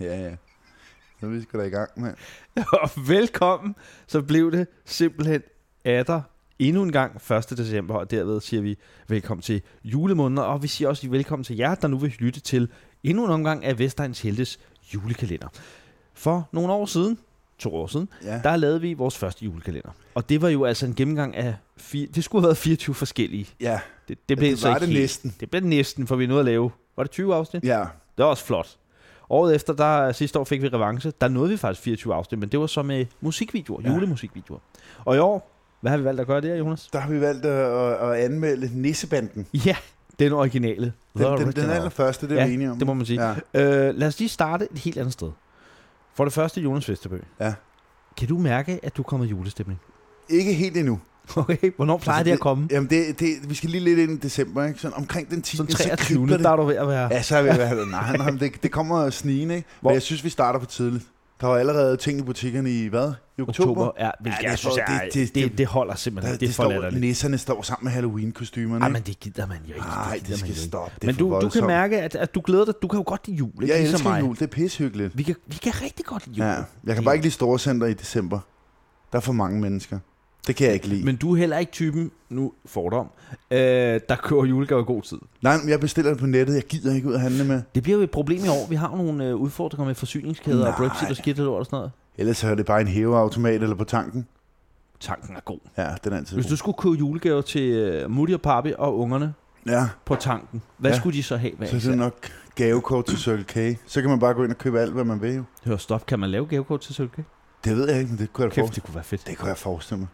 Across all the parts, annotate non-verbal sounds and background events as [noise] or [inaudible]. ja, ja. Så er vi skal da i gang, mand. [laughs] Og velkommen, så blev det simpelthen atter endnu en gang 1. december, og derved siger vi velkommen til julemåneden, og vi siger også velkommen til jer, der nu vil lytte til endnu en omgang af Vestegns Heltes julekalender. For nogle år siden, to år siden, Ja. der lavede vi vores første julekalender. Og det var jo altså en gennemgang af, fire, det skulle have været 24 forskellige. Ja, Det, det blev det så var ikke det helt. næsten. Det blev det næsten, for vi nåede at lave, var det 20 afsnit? ja. Det var også flot. Året efter, der sidste år fik vi revanche. Der nåede vi faktisk 24 afsnit, men det var så med musikvideoer, Ja. ja. julemusikvideoer. Og i år, hvad har vi valgt at gøre der, Jonas? Der har vi valgt at, at, at anmelde Nissebanden. Ja, den originale. Den, den, den original. allerførste, det er Ja, vi enige om. det må man sige. Ja. Ja. Øh, lad os lige starte et helt andet sted. For det første, Jonas Vesterbø. Ja. Kan du mærke, at du kommer i julestemning? Ikke helt endnu. [laughs] Mm. Okay, hvornår plejer Altså, det, det at komme? Jamen, det, det, vi skal lige lidt ind i december, ikke? Sådan omkring den 10. Sådan så 23. kribler det. Der er du ved at være... Ja, så er vi i hvert fald... Nej, nej, men det, det kommer snigende, ikke? Hvor- Men jeg synes, vi starter for tidligt. Der var allerede ting i butikkerne i hvad? I oktober? oktober. Ja, hvilket det ja, er jeg synes, for- er, det- det- det, det, det, det holder simpelthen. Der, Det, det er for står, latterligt. nisserne står sammen med Halloween-kostymerne, Ej, ikke? men det gider man jo ikke. Nej, det gider man skal jo ikke. stoppe. Det er Men for du, du kan voldsomt. mærke, at, at du glæder dig. Du kan jo godt lide jul, ikke? Jeg ligesom elsker mig. jul, det er pishyggeligt. Vi kan, vi kan rigtig godt lide jul. Ja, jeg kan bare ikke lide storcenter i december. Der er for mange mennesker. Det kan jeg ikke lide. Men, Men du er heller ikke typen, nu fordom, øh, der køber julegaver i god tid. Nej, men jeg bestiller det på nettet. Jeg gider ikke ud at handle med. Det bliver jo et problem i år. Vi har jo nogle øh, udfordringer med forsyningskæder og Nej. Brexit og skidt og lort og sådan noget. Ellers så er det bare en hæveautomat eller på tanken. Tanken er god. Ja, den er altid Hvis god. du skulle købe julegaver til øh, Mutti og Papi og ungerne Ja, på tanken, hvad Ja. ja. skulle de så have? Hvad så er det nok gavekort til Circle K. Så kan man bare gå ind og købe alt, hvad man vil. jo. Hør, stop. Kan man lave gavekort til Sølke? Det ved jeg ikke, men det kunne jeg da Kæft, det forestille kunne være fedt. Det kunne jeg forestille mig.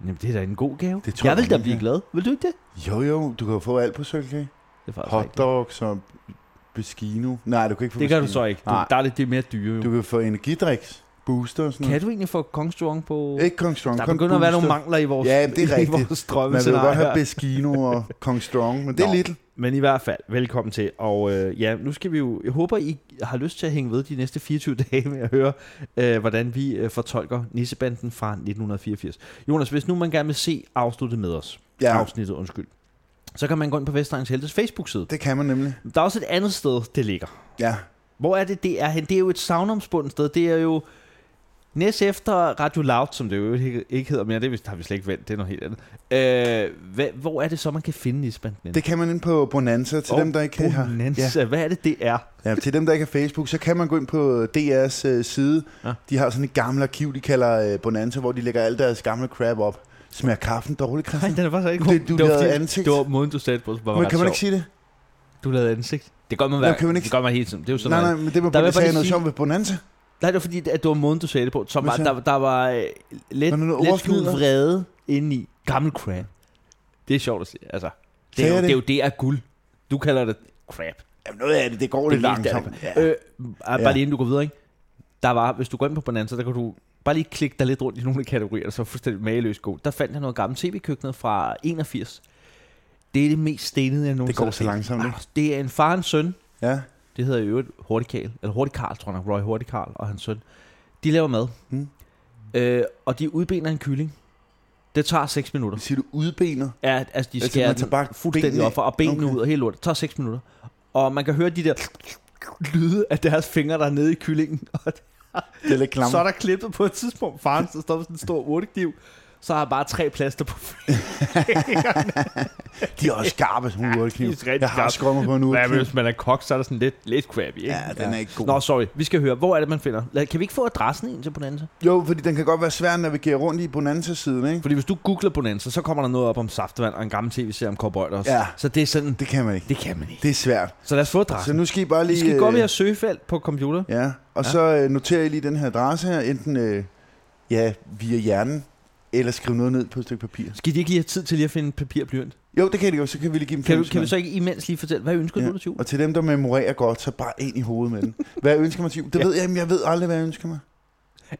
Jamen, det er da en god gave. Det tror jeg jeg, vil da man blive kan. glad. Vil du ikke det? Jo, jo, du kan jo få alt på Circle K. Det er faktisk rigtigt. Hotdogs og Beskino. Nej, du kan ikke få Det gør du Biskino. så ikke. Du, Nej. der er det, det er mere dyre. Jo. Du kan få energidriks, booster og sådan Kan du egentlig få Kong Strong på... noget. Ikke Kong Strong, der kun begynder at være nogle Booster. mangler i vores, Ja, det er [laughs] i rigtigt. vores Man vil jo godt have drømmescenarier. Beskino [laughs] og Kong Strong, men det er Nå. lidt. Men i hvert fald, velkommen til. Og øh, ja, nu skal vi jo... Jeg håber, I har lyst til at hænge ved de næste 24 [laughs] dage med at høre, øh, hvordan vi øh, fortolker Nissebanden fra 1984. Jonas, hvis nu man gerne vil se afsluttet med os, Ja. ja. afsnittet, undskyld, så kan man gå ind på Vestegns Heltes Facebook-side. Det kan man nemlig. Der er også et andet sted, det ligger. Ja. Hvor er det, det er hen? Det er jo et savnomspundet sted. Det er jo næst efter Radio Loud, som det jo ikke ikke hedder mere. Det vi- har vi slet ikke vendt. Det er noget helt andet. Øh, hvad, hvor er det så, man kan finde Nisbanden? Det kan man ind på Bonanza. Til, Og dem, der ikke har, Bonanza. Ja. Hvad er det, det er? ja, til dem, der ikke har Facebook, så kan man gå ind på DR's øh, side. Ja. Ja. De har sådan et gammelt arkiv, de kalder øh, Bonanza, hvor de lægger alle deres gamle crap op. Smager kaffen dårligt, Nej, Christian? den er faktisk ikke Det- du det, var lavede fordi- ansigt. det var måden, du sagde det på, som var Men ret kan man ikke sjov. sige det? Du lavede ansigt. Det gør man Nå, hver. kan man ikke- Det gør man hele tiden. Det er jo sådan Nej, noget. nej, men det var Der bare, vil jeg bare sagde lige noget sige- sjovt ved Bonanza. nej, det var fordi, at det var måden, du sagde det på. Som Hvad var, sagde der, der var øh, lidt, Var der noget lidt skjult overfnidder? vrede inde i. Gammel crap. Det er sjovt at se. Altså, det Sagde er, jo, jeg det? det? det er jo det er guld. Du kalder det crap. Jamen, noget af det, det går lidt Det er lidt langsomt. Ja. Øh, ah, Ja. bare lige inden du går videre, ikke? Der var, hvis du går ind på Bonanza, der kan du bare lige klikke dig lidt rundt i nogle af kategorier, så er fuldstændig mageløst god. Der fandt jeg noget gammelt tv-køkkenet fra 81. Det er det mest stenede, jeg nogensinde Det går har så set. langsomt, ikke? Ah, Det er en far og en søn. Ja. Det hedder i øvrigt Hurtig Karl, eller Hurtig Karl, tror jeg nok. Roy Hurtig Karl og hans søn. De laver mad. Mm. Øh, og de udbener en kylling. Det tager 6 minutter. Siger du udbener? Ja, altså de Altså, skærer man tager altså, bare bare benene fuldstændig op og benene Okay. okay. ud og helt lort. Det tager 6 minutter. Og man kan høre de der lyde af deres fingre, der er nede i kyllingen. Og Det er lidt klamt. så er der klippet på et tidspunkt. Faren så står med sådan en stor urtekniv. Så har jeg bare tre plaster [laughs] på De er også skarpe, som en urkniv. de er rigtig Jeg har skarpe. skrummet på en urkniv. man er kok, så er der sådan lidt, lidt crappy, ikke? Ja, den er ikke god. Nå, sorry. Vi skal høre. Hvor er det, man finder? Lad- Kan vi ikke få adressen ind til Bonanza? Jo, fordi den kan godt være svær at navigere rundt i Bonanza-siden, ikke? Fordi hvis du googler Bonanza, så kommer der noget op om saftevand og en gammel tv-serie om cowboyer. Ja. Så det er sådan... Det kan man ikke. Det kan man ikke. Det er svært. Så lad os få Så adressen. nu skal I bare Vi lige... skal gå øh, ved at søgefelt på computer. Ja, og Ja. så øh, noterer I lige den her adresse her, enten øh, ja, via hjernen, eller skriv noget ned på et stykke papir. Skal de ikke lige have tid til lige at finde papir og blyant? Jo, det kan det jo, så kan vi lige give dem Kan, fem du, kan vi sekunder. så ikke imens lige fortælle, hvad ønsker ja. du dig til jul? Og til dem, der memorerer godt, så bare ind i hovedet med den. Hvad ønsker man til jul? Det Ja. ved jeg, jamen, jeg ved aldrig, hvad jeg ønsker mig.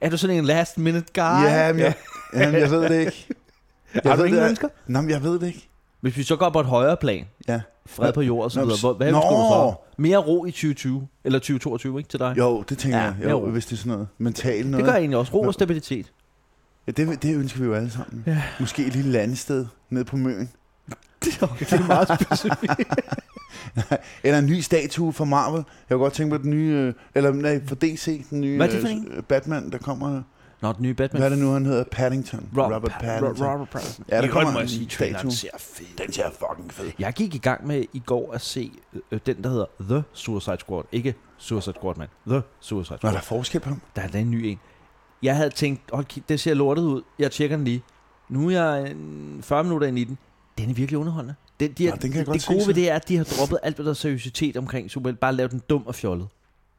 Er du sådan en last minute guy? Ja, men jeg, jamen, jeg ved det ikke. [laughs] Har du ved ingen det, ønsker? Nå, men jeg ved det ikke. Hvis vi så går på et højere plan, Ja. fred på jord og så Nå, videre, hvor- hvad nå. ønsker du så? Mere ro i 2020, eller 2022, ikke til dig? Jo, det tænker Ja, jeg. Jo, jo. hvis det er sådan noget mentalt noget. Det gør jeg egentlig også. Ro Nå. og [laughs] stabilitet. Ja, det, det ønsker vi jo alle sammen. Ja. Ja. Måske et lille landsted ned på Møn. Det er meget specifikt. Eller en ny statue fra Marvel. Jeg kunne godt tænke på den nye... øh, Eller nej, fra DC, den nye Hvad er det for øh, en? øh, Batman, der kommer... Nå, den nye Batman. Hvad er det nu, han hedder? Paddington. Robert, Robert Pattinson. Paddington. Robert Pattinson. Ja, der I kommer øvrigt må jeg en sige, traileren statue. ser fed. Den ser fucking fed. Jeg gik i gang med i går at se øh, den, der hedder The Suicide Squad. Ikke Suicide Squad, mand. The Suicide Nå, Squad. der er forskel på ham. Der er da en ny en. Jeg havde tænkt, hold kig, det ser lortet ud. Jeg tjekker den lige. Nu er jeg øh, 40 minutter ind i den. Den er virkelig underholdende. Den, de Nå, har, den kan jeg godt det se, gode så. ved det er, at de har droppet alt, hvad der er seriøsitet omkring Superhelt. Bare lavet den dum og fjollet.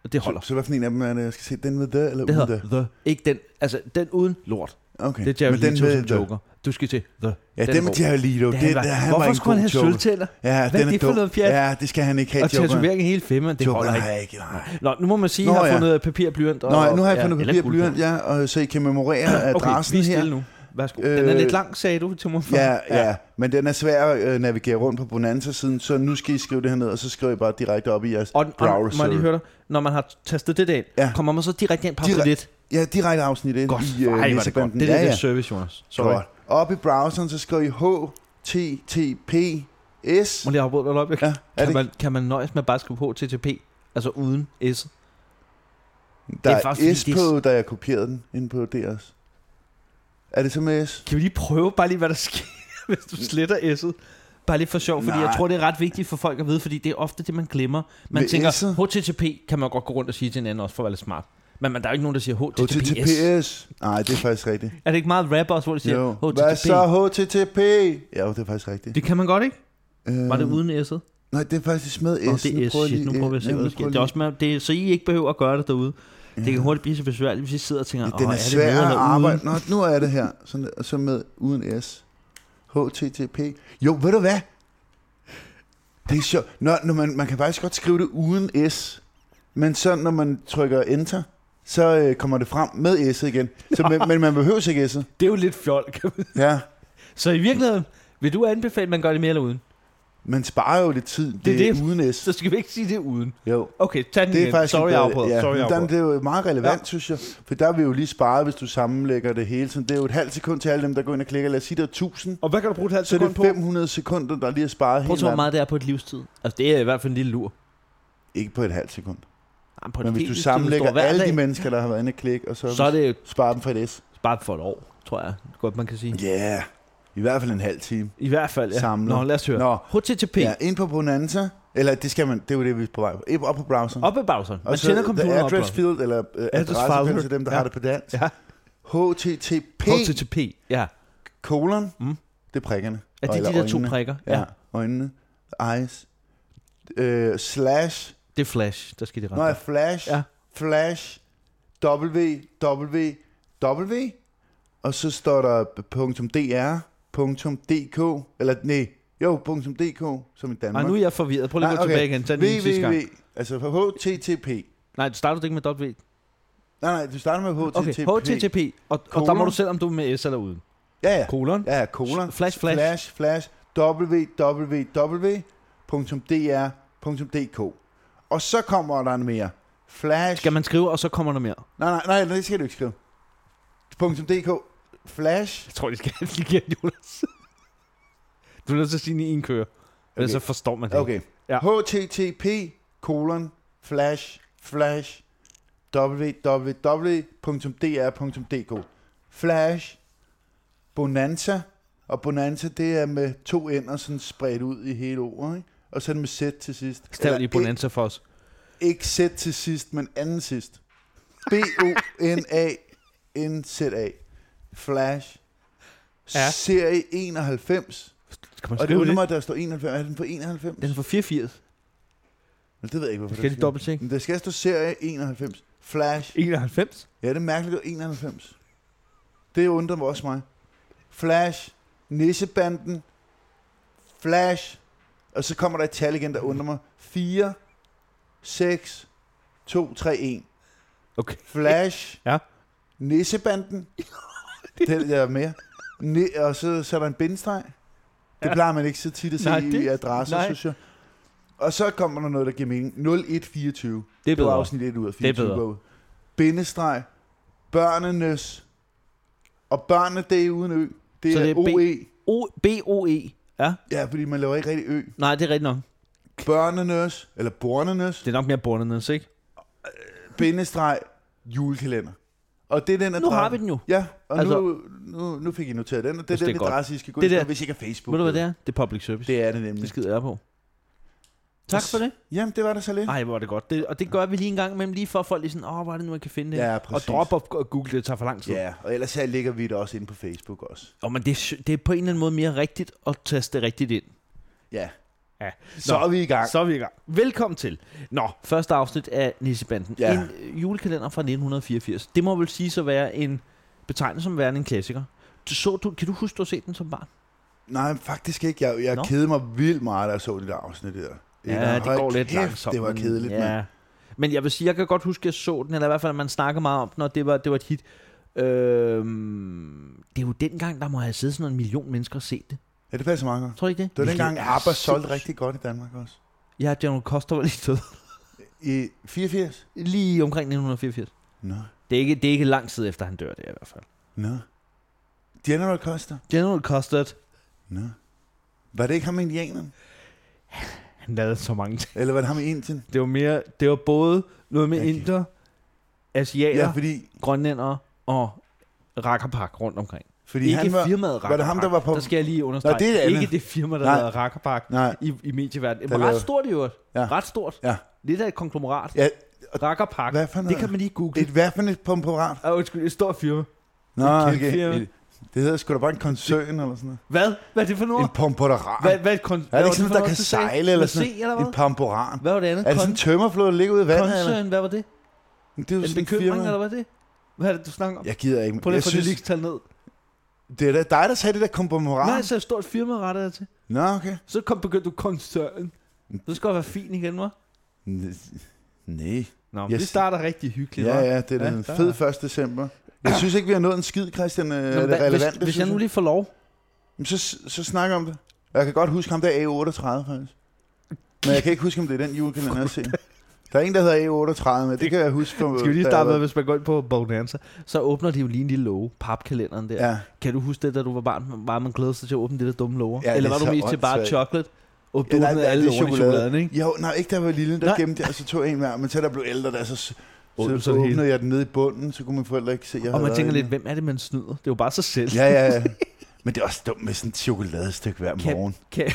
Og det holder. Så, så hvad for en af dem er det, jeg skal se? Den med The, eller Det uden hedder The? The. Ikke den, altså den uden lort. Okay. Det er Jared Men den Leto med som The. Joker. Du skal til The. Ja, Den den, er med god. Jared Leto. Da Det, han det, var- han var Hvorfor en skulle han god have Joker. sølvtænder? Ja, Hvad den er er det for dum. noget pjat? Ja, det skal han ikke have, Og Joker. tatovering i hele femmeren, det Joker holder har ikke. jeg ikke. Nej. Nå, nu må man sige, Nå, at jeg har ja. fundet papir, blyant og... Nå, ja, nu har jeg fundet eller papir og guldpen. blyant, ja, og så I kan memorere Okay, adressen vi er her. stille nu. Værsgo. Den er Øh, lidt lang, sagde du til mig før. Ja, ja, ja, men den er svær at øh, navigere rundt på Bonanza-siden, så nu skal I skrive det her ned, og så skriver I bare direkte op i jeres Og, og må browser. jeg lige høre dig, når man har tastet det der ind, ja. Ja. kommer man så direkte ind på Direk- lidt. Ja, direkte afsnit ind Godt, i øh, Ej, hvor er det godt. læsebanden. Det er ja, ja, ja. lidt service, Jonas. Sorry. Godt. Op i browseren, så skriver I HTTPS. Må jeg lige afbryde dig et øjeblik? Ja, er Kan, det, man, kan man nøjes med bare at skrive på TTP, altså uden S? der det er er, faktisk fordi, S det er- på, da jeg kopierede den inde på DR's. Er det så med S? Kan vi lige prøve bare lige, hvad der sker, [laughs] hvis du sletter S'et? Bare lige for sjov, fordi Nej. Nej. jeg tror, det er ret vigtigt for folk at vide, fordi det er ofte det, man glemmer. Man Med tænker, S'et? HTTP kan man godt gå rundt og sige til hinanden, også for at være lidt smart. Men man, der er jo ikke nogen, der siger HTTPS. HTTPS. HTTPS. Nej, det er faktisk rigtigt. Er det ikke meget rap også, hvor de siger Jo. HTTP? Hvad så HTTP? Ja, jo, det er faktisk rigtigt. Det kan man godt, ikke? Øhm, Var det uden S'et? Nej, det er faktisk med S. Nå, det er S. Shit, nu prøver vi at se, hvad der sker. Det er også med, det, er- så I ikke behøver at gøre det derude. Ja. Det kan hurtigt blive så besværligt, hvis I sidder og tænker, Ja, Mm. åh, den er er det med svær at eller arbejde. uden? Nå, nu er det her. Sådan, og så med uden S. HTTP. Jo, ved du hvad? Det er sjovt. Nå, når man, man kan faktisk godt skrive det uden S. Men så når man trykker enter, så øh, kommer det frem med S igen. Så, [laughs] men, men man behøver ikke S'et. Det er jo lidt fjol. kan man- Ja. [laughs] så i virkeligheden, vil du anbefale, at man gør det med eller uden? Man sparer jo lidt tid. Det, Det er det er det. uden S. Så skal vi ikke sige det er uden. Jo. Okay, tag den Det er igen. faktisk Sorry, ikke, jeg afbrød. Ja, Sorry, men jeg der, afbrød. det er jo meget relevant, Ja. ja. synes jeg. For der vil jo lige spare, hvis du sammenlægger det hele. Sådan, det er jo et halvt sekund til alle dem, der går ind og klikker. Lad os sige, der er 1000. Og hvad kan du bruge et halvt Så er sekund det på? 500 sekunder, der lige er sparet Prøv at helt tro, hvor meget det er på et livstid. Altså, det er i hvert fald en lille lur. Ikke på et halvt sekund. Jamen, på et Men hvis helt du livstid, sammenlægger står hver alle dag, de mennesker, der har været inde og klikke, og så, Så er det jo sparer dem fra et S. bare for et år, tror jeg. Godt, man kan sige. Ja, yeah. i hvert fald en halv time. I hvert fald, ja. Samlet. Nå, lad os høre. Nå, HTTP. ja, ind på Bonanza. Eller det skal man, det er jo det, vi er på vej på. Ind- Op på browseren. Op ad browseren. Man og så tænder the computeren op. address field, eller øh, father. adresse til dem, der Ja. har det på dansk. Ja. HTTP, HTTP. Ja. kolon, Mm. det er prikkerne. Er det Eller de der to øjnene. prikker? Ja, øjnene, eyes, øh, slash, Det er flash, der skal de rette. nej, flash, Ja. ja. flash, w, w, w, og så står der .dr, .dk, eller nej, jo, .dk, som i Nej, Danmark. nu er jeg forvirret. Prøv lige at gå Nej, okay. tilbage igen. Tag den lige sidste gang. www, altså http. Nej, du starter ikke med W. Nej, nej, du starter med http. Okay, HTTP. Og, og der må Kolon. du selv, om du er med S eller uden. Ja, ja. Kolon. Ja, ja, kolon. Flash, flash. Flash, flash. www.dr.dk Og så kommer der en mere. Flash. Skal man skrive, og så kommer der mere? Nej, nej, nej, nej, det skal du ikke skrive. .dk. Flash. Jeg tror, de skal have det igen, Jonas. Du er nødt til at sige den i en køre. Ellers så Okay. forstår man det. ikke. Okay. Ja. HTTP, kolon, flash, flash, www.dr.dk. Flash, Bonanza. Og Bonanza, det er med to ender sådan spredt ud i hele ordet, ikke? Og så er det med Z til sidst. Stav Eller e- lige Bonanza for os. Ikke Z til sidst, men anden sidst. B-O-N-A-N-Z-A. Flash. Ja. Ja. Serie 91. Skal man Og det er skrive jo det? nummer, der står 91. Er den på 91? Den er fra 84. Men det ved jeg ikke, hvorfor Skal de dobbelt Men der skal stå serie 91. Flash. 91? Ja, det er mærkeligt, det er 91. Det undrer mig også mig. Flash. Nissebanden. Flash. Og så kommer der et tal igen, der undrer mig. 4, 6, 2, 3, 1. Okay. Flash. Ja. [laughs] Nissebanden. det er mere. Ne- og så, så er der en bindestreg. Det Ja. plejer man ikke så tit at se Nej, Nej, det, det- i adresser, nej. synes jeg. Og så kommer der noget, der giver mening. 0124. Det er Det var bedre. afsnit 1 ud af Det er 24. bedre. går ud. Bindestreg. Børnenes. Og børnene, det er uden ø. Det Så er, det det er er B- OE. O- B-O-E. Ja? Ja, fordi man laver ikke rigtig ø. Nej, det er rigtigt nok. børnenes, eller bornernes, Det er nok mere borderlands, ikke? bindestreg, julekalender. Og det er den Nu adresse. har vi den jo. Ja, og altså, Altså- nu, nu, nu fik I noteret den, og det Jeg synes, er det den er godt. adresse, I skal gå Det ind der- på, hvis I ikke er Facebook. Ved du, hvad det er? Det er public service. Det, Det er det det nemlig. skider jeg på. Tak for det. Jamen, det var der så lidt. Nej, hvor er det godt. det. Og det gør vi lige en gang imellem, lige for at folk lige sådan, åh, hvor er det nu, jeg kan finde det. Ja, Og præcis. drop og Google, det tager for lang tid. Ja, og ellers her ligger vi det også inde på Facebook også. Og men det, er sy- det er på en eller anden måde mere rigtigt at taste det rigtigt ind. Ja. Ja. Så Nå. er vi i gang. Så er vi i gang. Velkommen til. Nå, Første afsnit af Nissebanden. Ja. Ja. En øh, julekalender fra 1984. Det må vel sige så være en betegnelse som værende en klassiker. Så du, kan du huske, du har set den som barn? Nej, faktisk ikke. Jeg, jeg Nå. kedede mig vildt meget, da jeg så det der afsnit der. Ja, det hold går lidt kæft, langsomt. Det var men- kedeligt, ja. mand. ja. Men jeg vil sige, jeg kan godt huske, at jeg så den, eller i hvert fald, at man snakker meget om den, og det var, det var et hit. Øhm, det er jo dengang, der må have siddet sådan en million mennesker og set det. Ja, det passer meget godt. Tror du ikke det? Det var Hvilket dengang, er ABBA solgte sindssygt. rigtig godt i Danmark også. Ja, General Koster var lige død. I 84? Lige omkring 1984. Nå, Det er, ikke, det er ikke lang tid efter, han dør, det er i hvert fald. nå. General Custer? General Custard, Nå. Var det ikke ham indianeren? han lavede så mange ting. Eller var det ham i Indien? Det var, mere, det var både noget med Okay. okay. inder, asiater, Ja, ja, fordi, grønlænder og Rakkerpak rundt omkring. fordi Ikke han var... firmaet Rakkerpak. var det ham, der var på- Der skal jeg lige understrege. Nå, det er det andet. ikke det firma, der Nej. lavede Rakkerpak Nej, i, i medieverdenen. Der Det var lavede- ret stort i øvrigt. Ja. Ja. Ret stort. Ja. Lidt af et konglomerat. Ja. ja, Rakkerpak. hvad for noget? Det kan man lige google. Et hvad for et pomperat? og undskyld, et stort firma. Nå, kæmpe okay. firma. Et- Det hedder sgu da bare en koncern eller sådan noget. Hvad? Hvad er det for En noget? pomperat. Hvad, hvad, kon- Er hvad det var ikke sådan, for der noget, kan du sagde? sejle eller Med C sådan eller noget? hvad? En pomperan. Hvad var det andet? Er det sådan en tømmerflod, der ligger ude i vandet? eller? Concern, hvad var det? Det er jo En sådan en bekymring, firma. eller hvad er det? Hvad er det, du snakker om? Jeg gider ikke. Prøv lige jeg at få det ligestal ned. det er da dig, der sagde det der kompromoran. Nej, så er et stort firma rettet jeg til. Nå, okay. Så kom, begyndte du koncernen. Det skal godt være fint igen, hva'? Nej. Nå, men Jeg yes. det s- starter rigtig hyggeligt, Ja, hva'? ja, det er da Ja, en der fed er- 1. december. Jeg synes ikke, vi har nået en skid, Christian. Nå, er Nå, det hva- relevant? hvis, det hvis synes jeg nu lige får lov. Jamen, Så, så snak om det. Jeg kan godt huske ham der er A38, faktisk. Men jeg kan ikke huske, om det er den julekalender, jeg ser. Der er en, der hedder A38, men det kan jeg huske. På, Skal vi lige da starte med, jeg var- hvis man går ind på Bonanza? Så åbner de jo lige en lille låge, papkalenderen der. Ja. Ja, Kan du huske det, da du var barn, var man glædede sig til at åbne det der dumme låger? Ja, det Eller er var du så mest til bare åndssvagt. chocolate? Og Ja, du nej, ja, det er alle det lågerne i chokolade. chokoladen, ikke? jo, nej, ikke da jeg var lille, der Nej. gemte jeg, og så tog jeg en hver, men så da jeg blev ældre, der, så, så, Åbnede så så det hele. åbnede jeg den nede i bunden, så kunne mine forældre ikke se, jeg Og havde man været tænker inde. lidt, hvem er det, man snyder? Det er jo bare sig selv. Ja, ja, [laughs] ja. Men det er også dumt med sådan et chokoladestykke hver Kan- morgen. kan- det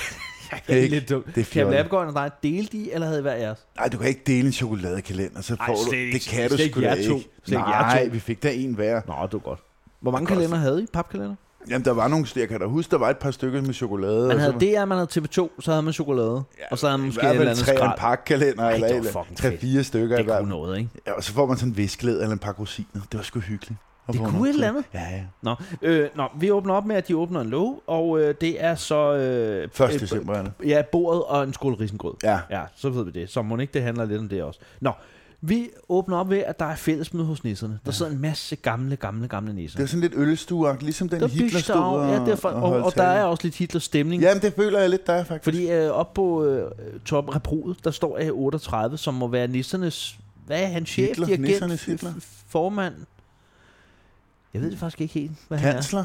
er ikke, lidt dumt. det er Kan fjollet. Labgården og dig dele de, eller havde I hver jeres? Nej, du kan ikke dele en chokoladekalender, så får Ej, du... slet ikke. Det kan du Slet ikke sgu da jer to. ikke. Slet ikke jer Nej, to. vi fik der en hver. Nå, det var godt. Hvor mange Det er godt. kalender havde I? Papkalender? Jamen, der var nogle stykker, jeg kan da huske, der var et par stykker med chokolade. Man og havde så- DR, man havde TV2, så havde man chokolade. Ja, og så havde man Altså, I måske et hvert eller fald andet tre og en skrald. pakkalender, Ej, eller, det var eller fucking fedt. tre-fire stykker. i Det hvert kunne noget, ikke? fald. Ja, og så får man sådan en viskelæd eller en pakke rosiner. Det var sgu hyggeligt. at Det vågne kunne op et til. eller andet. Ja, ja. Nå, øh, nå, vi åbner op med, at de åbner en låge, og øh, det er så... Øh, 1. øh, december er det. Ja, bordet og en skål risengrød. Ja. Ja, så ved vi det. Så må ikke det handler lidt om det også. Nå, vi åbner op ved, at der er fællesmøde hos nisserne. Der sidder en masse gamle, gamle, gamle nisser. Det var sådan lidt ølstueagtigt, ligesom den der Hitler bygges der stod af- og, ja, det er for, og, og, holdt der tale. er også lidt Hitlers stemning. Jamen, det føler jeg lidt, der er faktisk. Fordi øh, op på øh, top reproet, der står A38, som må være nissernes... Hvad er han? Chef, Hitler, dirigent, nissernes Hitler. f- f- formand? Jeg ved det faktisk ikke helt, hvad han er. Kansler?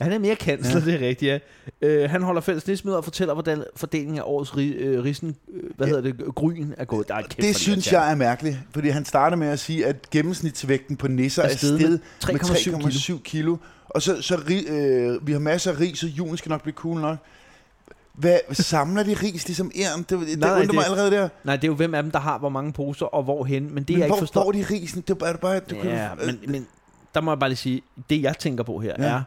Han er mere kansler, ja. det er rigtigt, ja. Øh, han holder fælles nissemøder og fortæller, hvordan fordelingen af årets ri, øh, risen, øh, hvad Ja. ja. hedder det, gryen er gået. Der er kæft, Det synes jeg er mærkeligt, fordi han starter med at sige, at gennemsnitsvægten på nisser er Er steget med steget med 3,7 kilo. 3,7 kilo. kilo. Og så, så ri- øh, vi har masser af ris, så julen skal nok blive cool nok. Hvad, samler de ris ligesom æren? Det, det Nej, Nej, undrer det- mig allerede der. Nej, det er jo hvem af dem, der har hvor mange poser og hvorhen, men det men jeg hvor ikke forstår... får de risen? Det er bare, det øh, er bare du ja, kan, men, men der må jeg bare lige sige, det jeg tænker på her Ja. ja. er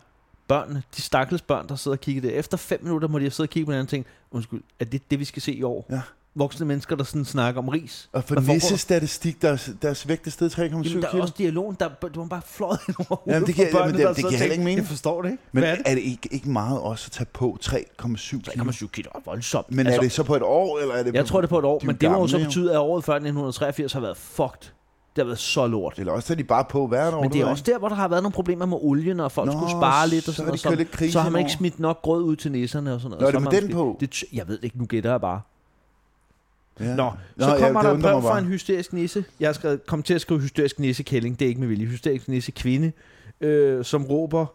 børnene, de stakkels børn, der sidder og kigger det. Efter fem minutter må de have siddet og kigge på hinanden og tænke, undskyld, er det det, vi skal se i år? Ja. Voksne mennesker, der sådan snakker om ris. og for Hvad foregår nisse statistik, deres, deres vægt er steget 3,7 Jamen, der er kilo. også dialogen, der, du var bare fløjet ind over Jamen, hovedet det giver- på jamen, børnene, det- der det giver sidder og heller tænker, ikke mening. Jeg forstår det ikke. Men Hvad er det? er det ikke, ikke meget også at tage på 3,7 kilo? 3,7 kilo er voldsomt. Altså, Men er det så på et år, eller er det Jeg på, tror, det er på et år, de er men jo det må jo gamle, så jo. betyde, at året før 1983 har været fucked. Det har været så lort. Eller også er de bare på hvert år. Men det er du ved også der, hvor der har været nogle problemer med olien, og folk Nå, Nå, skulle spare lidt. Og så sådan har de kørt noget, lidt krise så har man ikke over. smidt nok grød ud til næserne og sådan noget. Nå, er Så det har med man den måske- Det, t- jeg ved det ikke, nu gætter jeg bare. ikke? Ja. Nå, Nå, Nå, så ja, kommer det der et undrer brev mig fra bare. en hysterisk nisse. Jeg har skrevet, kom til at skrive hysterisk nisse kælling, det er ikke med vilje. Hysterisk nisse kvinde, øh, som råber,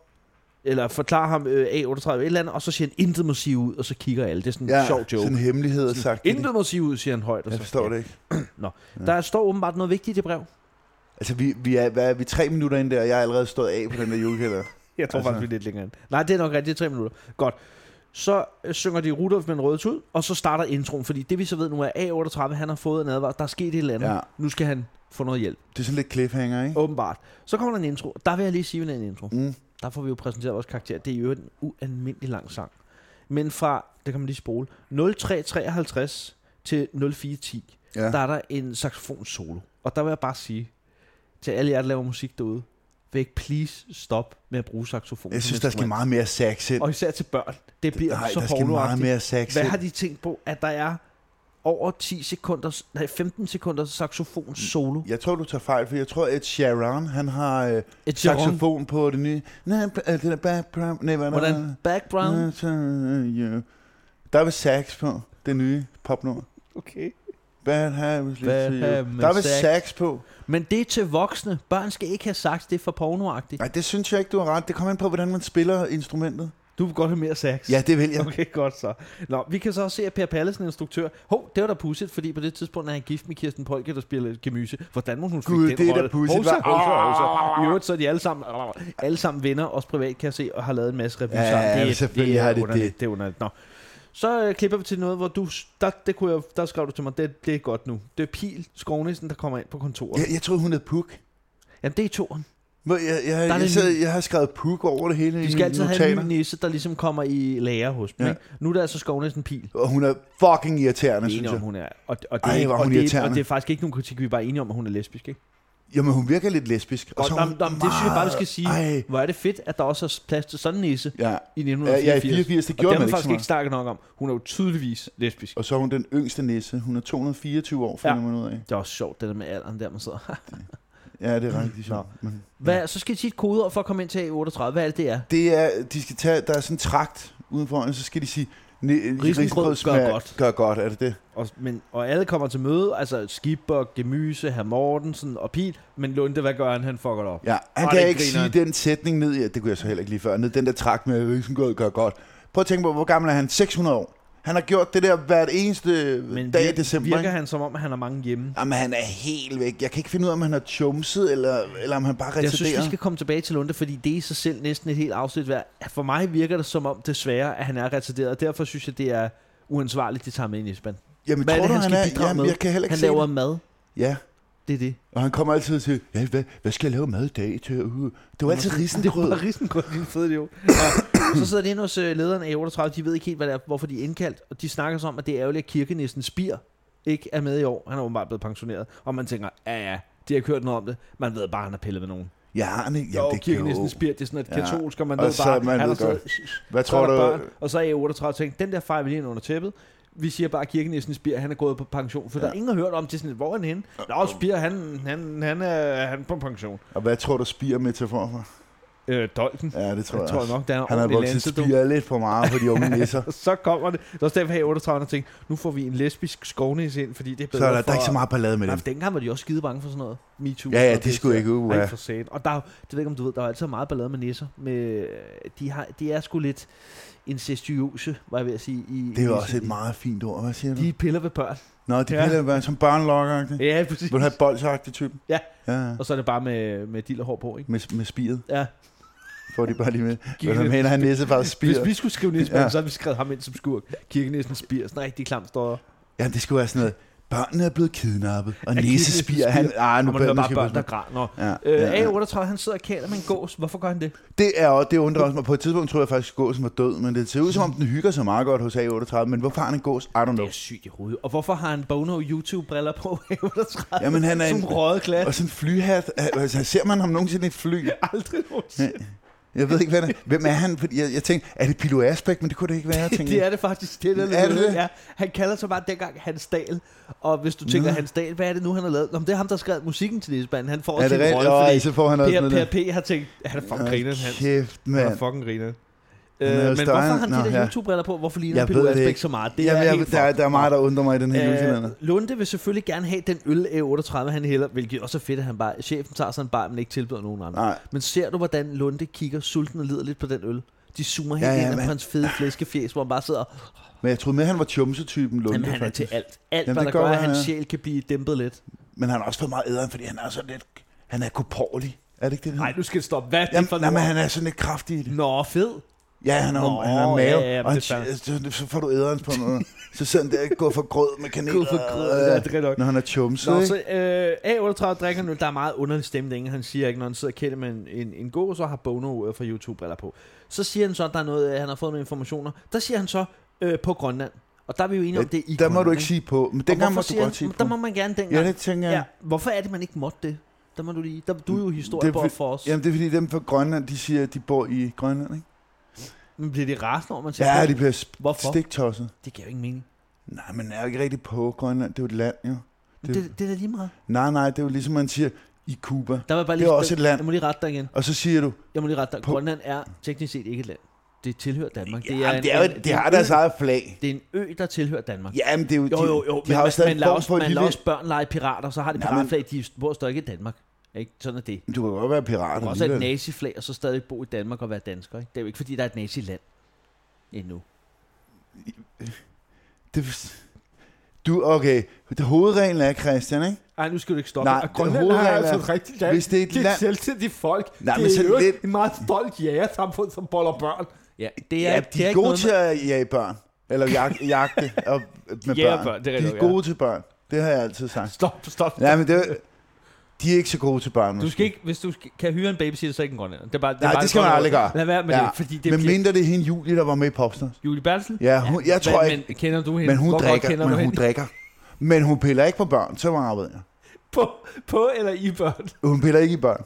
eller forklarer ham øh, A38 et eller andet, og så siger han, intet må sige ud, og så kigger alle. Det er sådan en Ja, ja, sjov joke. sådan en hemmelighed er sagt. Intet må sige ud, siger han højt. Og Jeg så- forstår det ikke. Der står åbenbart noget vigtigt i det brev. Altså, vi, vi, er, hvad er vi tre minutter ind der, og jeg er allerede stået af på den der julekalender. Jeg tror faktisk, vi er lidt længere Nej, det er nok rigtigt, det er tre minutter. Godt. Så øh, synger de Rudolf med en rød tud, og så starter introen, fordi det vi så ved nu er, A38, han har fået en advarsel, der er sket et eller andet. Ja. Ja. Nu skal han få noget hjælp, Det er sådan lidt cliffhanger, ikke? åbenbart. Så kommer der en intro, og der vil jeg lige sige, hvad der er en intro. Mm. Der får vi jo præsenteret vores karakter. Det er jo en ualmindelig lang sang. Men fra, det kan man lige spole, 0353 til 0410, Ja. ja. der er der en saxofon solo. Og der vil jeg bare sige til alle jer, der laver musik derude, vil ikke please stop med at bruge saxofon. Jeg som synes, der skal instrument. meget mere sex ind. Og især til børn. Det bliver Nej, så der skal meget pornoagtigt. mere sex Hvad ind. har de tænkt på, at der er over 10 sekunders, nej, 15 sekunders saxofon solo? Jeg tror, du tager fejl, for jeg tror, at Sharon, han har øh, Et genre. saxofon på det nye. Nej, p- øh, det der background. Nej, hvad er Hvordan? der? Background? Øh, så, øh, ja. Der er vel sax på det nye popnummer. Okay. Bad habits, Bad Bad habits, Der er vel sex. sax på. Men det er til voksne. Børn skal ikke have sagt, det er for pornoagtigt. Nej, det synes jeg ikke, du har ret. Det kommer an på, hvordan man spiller instrumentet. Du vil godt have mere sax. Ja, det vil [laughs] jeg. Okay, godt så. Nå, vi kan så også se, at Per Pallesen, instruktør, hov, det var da pudsigt, fordi på det tidspunkt er han gift med Kirsten Polke, der spiller gemyse. Hvordan må hun fik Gud, den det er da rolle? pudsigt, Hovsa, hva'? hovsa, hovsa. ah, I øvrigt så er de alle sammen, alle sammen venner, også privat kan jeg se, og har lavet en masse reviews. Ja, sammen. ja, det, er- selvfølgelig det, er har de underligt, det. det. er underligt. Nå. Så øh, klipper vi til noget, hvor du... Der, det kunne jeg, der skrev du til mig, det, det er godt nu. Det er Pil Skovnissen, der kommer ind på kontoret. Jeg, jeg tror, hun hed Puk. Jamen, det er toren. Hvor Jeg, jeg, er jeg, jeg, det sidder, jeg har skrevet Puk over det hele i De skal mine altid have en notater. ny nisse, der ligesom kommer i lære hos dem. Ja. Ja. Nu er det altså Skovnissen Pil. Og hun er fucking irriterende, Enig synes om, jeg. hun er. Og, og, det, Ej, er ikke, hvor er og, hun det, er- og irriterende. det er faktisk ikke nogen kritik, vi er bare enige om, at hun er lesbisk, ikke? Jamen, hun virker lidt lesbisk. Og Godt, så er nå, hun nå, men det synes jeg bare, vi skal sige. Ej, Hvor er det fedt, at der også er plads til sådan en nisse Øh. ja. i Ja, 1984. ja, i 84, det og det gjorde har man man ikke så faktisk ikke meget. snakket nok om. Hun er jo tydeligvis lesbisk. Og så er hun den yngste nisse. Hun er 224 år, finder Ja. man ud af. Det er også sjovt, det der med alderen der, man sidder. [laughs] Ja, det er Mm. rigtigt. sjovt. Men- Hvad, så skal I sige et kodeord for at komme ind til A38. Hvad er det, det er? Det er, de skal tage, der er sådan en trakt udenfor, og så skal de sige, Risengrød gør godt. gør godt, er det det? Og, men, og alle kommer til møde, altså Skipper, Gemyse, Herr Mortensen og Pil, men Lunde, hvad gør han? Han fucker det op. Ja, han Og kan det ikke griner sige den sætning ned i, det kunne jeg så heller ikke lige før, ned i den der trakt med, risengrød gør godt. Prøv at tænke på, hvor gammel er han? 600 år. Han har gjort det der hvert eneste Men dag i vir- december. virker Ikke? han som om, han har mange hjemme? Jamen, han er helt væk. Jeg kan ikke finde ud af, om han har chumset, eller, eller om han bare Jeg synes, vi residerer. skal komme tilbage til Lunde, fordi det er i sig selv næsten et helt afsnit værd. For mig virker det som om, desværre, at han er retarderet, og derfor synes jeg, det er uansvarligt, de tager med ind i spand. Jamen, Hvad er tror det, du, han han skal er? bidrage Jamen, med? jeg kan heller ikke Han se laver det. mad, Ja, det er det. og han kommer altid til, ja, hvad, hvad skal jeg lave mad i dag til? Uh, det var altid risengrød. Og [laughs] risengrød, din fede idiot. Og så sidder de inde hos øh, lederen af A38, de ved ikke helt, hvad det er, hvorfor de er indkaldt, og de snakker så om, at det er ærgerligt, at kirkenissen Spir ikke er med i år. Han er åbenbart blevet pensioneret, og man tænker, ja ja, de har ikke hørt noget om det. Man ved bare, at han har pillet ved nogen. Ja, han ikke. Ja, Jamen, jo, det kirkenissen gjorde. Spir, det er sådan et Ja. katolsk, og man Og ved så bare, man han ved har siddet, godt. Hvad så er tror der børn, du? og så er A38 tænkt, den der fejl vi lige ind under tæppet. Vi siger bare, at kirkenissen Spir, han er gået på pension, for Ja. der er ingen, der har hørt om det. Sådan, lidt, hvor er han henne? Nå, Spir, han, han, han, er, han er på pension. Og hvad tror du, spire metafor for? Øh, Dolken. Ja, det tror Det jeg, tror jeg også. nok, der er Han har ordentlig vokset lanse, du. spire lidt for meget på de unge nisser. Og så kommer det. Det er også derfor, at 38 tænkte, nu får vi en lesbisk skovnæs ind, fordi det er bedre så er der, for... der er ikke så meget ballade med Nej, dem. for dengang var de også skide bange for sådan noget. Me too. Ja, ja, og de det skulle der. ikke ud. Ej, Ja. for sent. Og der, er jo- det ved jeg ikke, om du ved, der er jo altid meget ballade med nisser. Med, de, har, de er sgu lidt incestuøse, var jeg ved at sige. I, Det er jo i- også et meget fint ord, hvad siger du? De piller ved børn. Nå, de Ja. ville være som børnelokker. Ja, præcis. Vil du have boldsagtig typen? Ja. ja. ja. Og så er det bare med, med dild og hår på, ikke? Med, med spiret. Ja. Får de bare lige med. Giv Hvad det- mener han nisse bare Hvis spire? vi skulle skrive Niels Bang, Ja. så havde vi skrevet ham ind som skurk. Kirkenæsen Spier, sådan en rigtig klam står. Ja, det skulle være sådan noget. Børnene er blevet kidnappet, og Er nisse Kirsten spirer. Han, ah, nu Og man hører nu bare skal børn, der jeg græder. Ja, Øh, ja, ja. A38, han sidder og kæler med en gås. Hvorfor gør han det? Det, er, også- det undrer også mig. På et tidspunkt troede jeg faktisk, at gåsen var død, men det ser ud som om, den hygger sig meget godt hos A38. Men hvorfor har han en gås? I don't Det know. er sygt i hovedet. Og hvorfor har han Bono YouTube-briller på [laughs] A38? Jamen, han er som en- røget glat. Og sådan en flyhat. Altså, ser man ham nogensinde i et fly? Aldrig nogensinde. Jeg ved ikke, hvad det er. Hvem er han? Fordi jeg, jeg tænkte, er det Pilo Asbæk? Men det kunne det ikke være, [laughs] jeg tænkte. Det er det faktisk. Det er, det, Er det det? Ja, han kalder sig bare dengang Hans Dahl. Og hvis du tænker, Nå. Hans Dahl, hvad er det nu, han har lavet? Nå, men det er ham, der skrev musikken til Nisbanden. Han får er også det en rigtigt? rolle, Åh, fordi så får han også noget per, der. per P har tænkt, han er fucking griner, han. Kæft, Han er mand. fucking griner. Han Øh, er jo men større hvorfor har end- han Nå, de der ja. YouTube-briller på? Hvorfor ligner Jeg han Peter ved det Asbæk ikke. så meget? Det er Jamen, jeg, helt der, fucked der er meget, der undrer mig i den her Øh, julekalender. Lunde vil selvfølgelig gerne have den øl A38, han hælder, hvilket også er fedt, at han bare, chefen tager sådan en bar, men ikke tilbyder nogen andre. Nej, Men ser du, hvordan Lunde kigger sulten og lider lidt på den øl? De zoomer helt Ja, ja, ja, ja, ind men- på hans fede flæskefjes, hvor han bare sidder, men jeg troede med, at han var chumse-typen Lunde, jamen han er til faktisk. alt. Alt, Jamen, Jamen, hvad det der kan gør, godt at hans være, ja. sjæl kan blive dæmpet lidt. Men han har også fået meget æderen, fordi han er sådan lidt... Han er koporlig. Er det ikke det? det Nej, hedder? nu skal det stoppe. Hvad er det Jamen, for nej, men noget? han er sådan lidt kraftig i det. Nå, fed. Ja, han har, Nå, han har mave, ja, ja, og han, det er fair. så, så får du æderen på [laughs] noget. så sådan der, gå for grød med kanel. Gå for grød, ja, det er rigtig nok. Når han er chumse, Nå, ikke? så øh, A38 drikker nu, der er meget underlig stemning. Han siger ikke, når han sidder og kælder med en, en, en god, så har Bono øh, fra YouTube-briller på. Så siger han så, at der er noget, øh, han har fået nogle informationer. Der siger han så, øh, på Grønland. Og der er vi jo enige om, det er i der Grønland, må du ikke ikke? sige på, men Og dengang hvorfor må du siger godt han- sige på. Der må man gerne dengang. Ja, det tænker jeg. Ja, hvorfor er det, man ikke måtte det? Der må du lige... Der, du er jo Det er historiebog fordi- for os. Jamen, det er fordi dem fra Grønland, de siger, at de bor i Grønland, ikke? Men bliver det rasende, når man siger Ja, det? de bliver sp- Hvorfor? stiktosset. Det giver jo ingen mening. Nej, men er jo ikke rigtig på Grønland. Det er jo et land, jo. Det- Det, det, det er da lige meget. Nej, nej, det er jo ligesom, man siger i Cuba. Der var bare Det lige, er også et land. Jeg må lige rette dig igen. Og så siger du, Jeg må lige rette dig. På- Grønland er teknisk set ikke et land. Det tilhører Danmark. det er, en- jamen, det altså er jo, en- de det er har en deres ø. eget flag. Det er en ø, der tilhører Danmark. Jamen, det er jo, Jo, jo, jo. de, de har jo stadig man, en lader form også, for man et lader lille... også børn lege pirater, så har de Nej, piratflag, de bor stadig ikke i Danmark. Ikke? Sådan er det. Du kan godt være Du pirat. kan også have et alligevel. naziflag, og så stadig bo i Danmark og være dansker. Ikke? Det er jo ikke, fordi der er et naziland endnu. Det- Du, okay. Det hovedreglen er, Christian, ikke? Ej, nu skal du ikke stoppe. Nej, Og den Grønland er hovedregel altså er, et rigtigt land. hvis det er et det er land- et selvstændigt folk. Nej, Nej, det men er sådan jo lidt- Ligesom lidt... et meget stolt jægersamfund, som boller børn. Ja, det er, Ja, det de er ikke gode noget til at jage børn. Eller jak- jagte og, med Jæger børn. børn, det er De rigtig er nok, ja. gode til børn. Det har jeg altid sagt. Stop, stop. Ja, men det er, de er ikke så gode til børn. med- Du måske. skal ikke, hvis du sk- kan hyre en babysitter, så ikke en grønlænder. Det er bare, det er Nej, bare det et skal man godt aldrig råd. gøre. Lad være med Ja, ja. det, fordi det Men bliver... mindre det er hende Julie, der var med i Popstars. Julie Bertelsen? Ja, hun, jeg tror men, ikke, Men kender du hende? men hun Hvor godt drikker. kender Men du hun [laughs] hende? drikker. Men hun piller ikke på børn, så meget ved jeg. På, på eller i børn. Hun piller ikke i børn.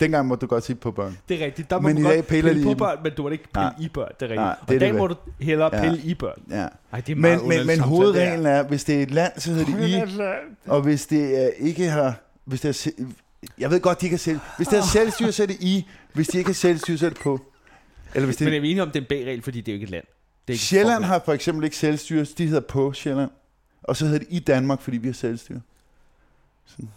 Dengang måtte du godt sige på børn. Det er rigtigt. Der må Men man i godt dag piller pille de i på dem. børn, men du må ikke pille Nej. i børn. Det er rigtigt. Nej, Og det er der det må vel. du hellere Ja. pille i børn. Ja. Ej, det er meget Men, men, men hovedreglen er, hvis det er et land, så hedder det i. Og hvis det er ikke har... Hvis det er, se- jeg ved godt, de ikke har selv... Hvis det er selvstyre, så er det i. Hvis de ikke har selvstyre, så er det på. Eller hvis Men det jeg er enig om, det er en B-regel, fordi det er jo ikke et land. Det er er, ikke et Sjælland folk. har for eksempel ikke selvstyre, så de hedder på Sjælland. Og så hedder det i Danmark, fordi vi har selvstyre. Sådan.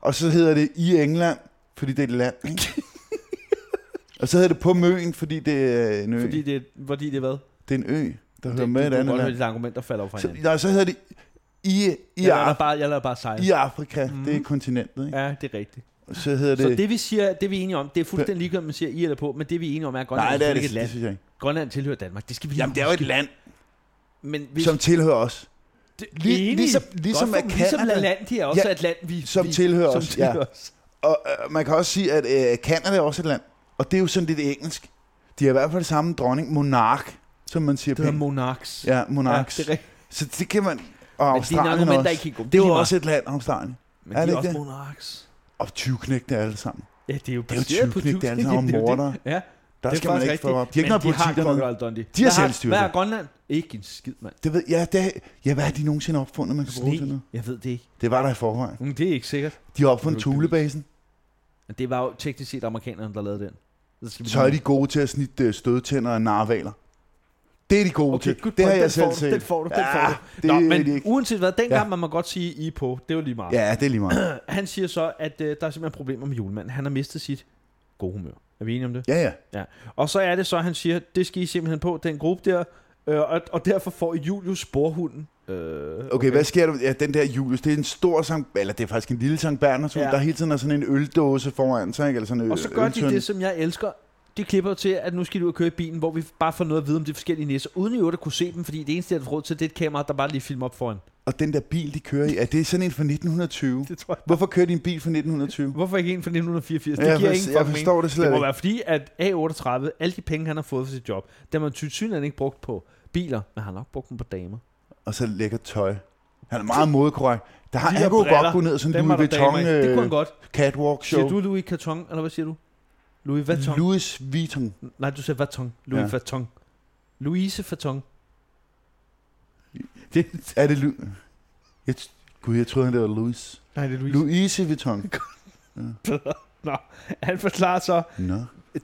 Og så hedder det i England, fordi det er et land. Ikke? [laughs] Og så hedder det på Møen, fordi det er en ø. Fordi Fordi... det, er- fordi det er hvad? Det er en ø, der hører det, med du et kan andet godt høre land. dit argument, der falder fra Så, hinanden. nej, så hedder det i, i, Jeg lader dig Af- bare, jeg lader bare sejle. i Afrika. Det er kontinentet. Ikke? Ja, det er rigtigt. Og så hedder det... Mhm. Så det vi siger, det vi er enige om, det er fuldstændig ligegyldigt, om man siger i eller på, men altså, det vi er enige om er, at Grønland nej, det er det, ikke et land. det synes jeg ikke. Grønland tilhører Danmark. Det skal vi lige Jamen, det er jo et huske. land, Men hvis, som tilhører os. Lig- Enig. ligesom- ligesom Godt for- at ligesom Canada- Lalandia er også Ja, ja, et land, vi, som vi, tilhører som os, ja. Tilhører os. Og øh, man kan også sige, at øh, Kanada er også et land. Og det er jo sådan lidt engelsk. De har i hvert fald samme dronning, monark, som man siger. Det hedder pænt. Monarchs. ja, monarks. Ja, det er rigtigt. så det kan man... Og Men dine Australien argumenter også. er ikke helt gode. Det er jo lige også et land, Australien. meget. Men er er det de ikke er også det? Monarchs. Og tyvknægte alle sammen. Ja, det er jo Det er jo baseret på tyvknægte alle sammen, og det er jo det. morder. Ja, Der det er skal man faktisk ikke få op. De har ikke Men noget politik de har dernede. Crocodile Dundee. De har Hvad selvstyre. Hvad er Grønland? Ikke en skid, mand. Det ved, ja, det, ja, hvad har de nogensinde opfundet, man kan bruge til Sne. noget? Jeg ved det ikke. Det var der i forvejen. Mm, det er ikke sikkert. De har opfundet Det er jo ikke Thulebasen. Men det var jo teknisk set amerikanerne, der lavede den. skal vi Så er de gode til at snitte øh, stødtænder og narvaler. Det er de gode Okay, til. good det har point. jeg Den selv får du, set. Den får du, den Ja, får du. det Nå, er men de ikke. uanset hvad, dengang Ja. ja. man må godt sige I er på, det var lige meget. Ja, det er lige meget. Han siger så, at øh, der er simpelthen problemer med julemanden. Han har mistet sit gode humør. Er vi enige om det? Ja, ja. Og så er det så, at han siger, det skal I simpelthen på, den gruppe der. Øh, og, og derfor får I Julius sporhunden. Øh, Okay, okay, hvad sker der? Ja, den der Julius, det er en stor Sankt, eller det er faktisk en lille Sankt Berners, ja. Ja. der hele tiden er sådan en øldåse foran sig, ikke? Eller sådan øh, en Og så gør de øltønde. det, som jeg elsker. De klipper jo til, at nu skal du ud og køre i bilen, hvor vi bare får noget at vide om de forskellige nisser, uden i øvrigt at kunne se dem, fordi det eneste, jeg har råd til, det er et kamera, der bare lige filmer op foran. Og den der bil, de kører i, er det sådan en fra 1920? [laughs] Det tror jeg. Hvorfor kører de en bil fra 1920? Hvorfor ikke en fra 1984? Det jeg, giver for, ingen jeg fucking mening. forstår det slet Det må ikke. være fordi, at A38, alle de penge, han har fået for sit job, dem har han tydeligvis ikke brugt på biler, men han har nok brugt dem på damer. Og så lækker tøj. Han er meget modekorrekt. Der har, De han der kunne jo godt briller, gå ned sådan Dem en har Louis der damer Vuitton i. Det kunne han øh, godt. catwalk Siger show. du Louis Vuitton, eller hvad siger du? Louis Vuitton? Louis Vuitton. Nej, du sagde Vuitton. Louis Ja. ja. Vuitton. Louise Vuitton. Er det Lu- jeg, t- Gud, jeg troede, han hedder Louis. Nej, det er Louise. Louise Vuitton. Nå, han forklarer så, Nå.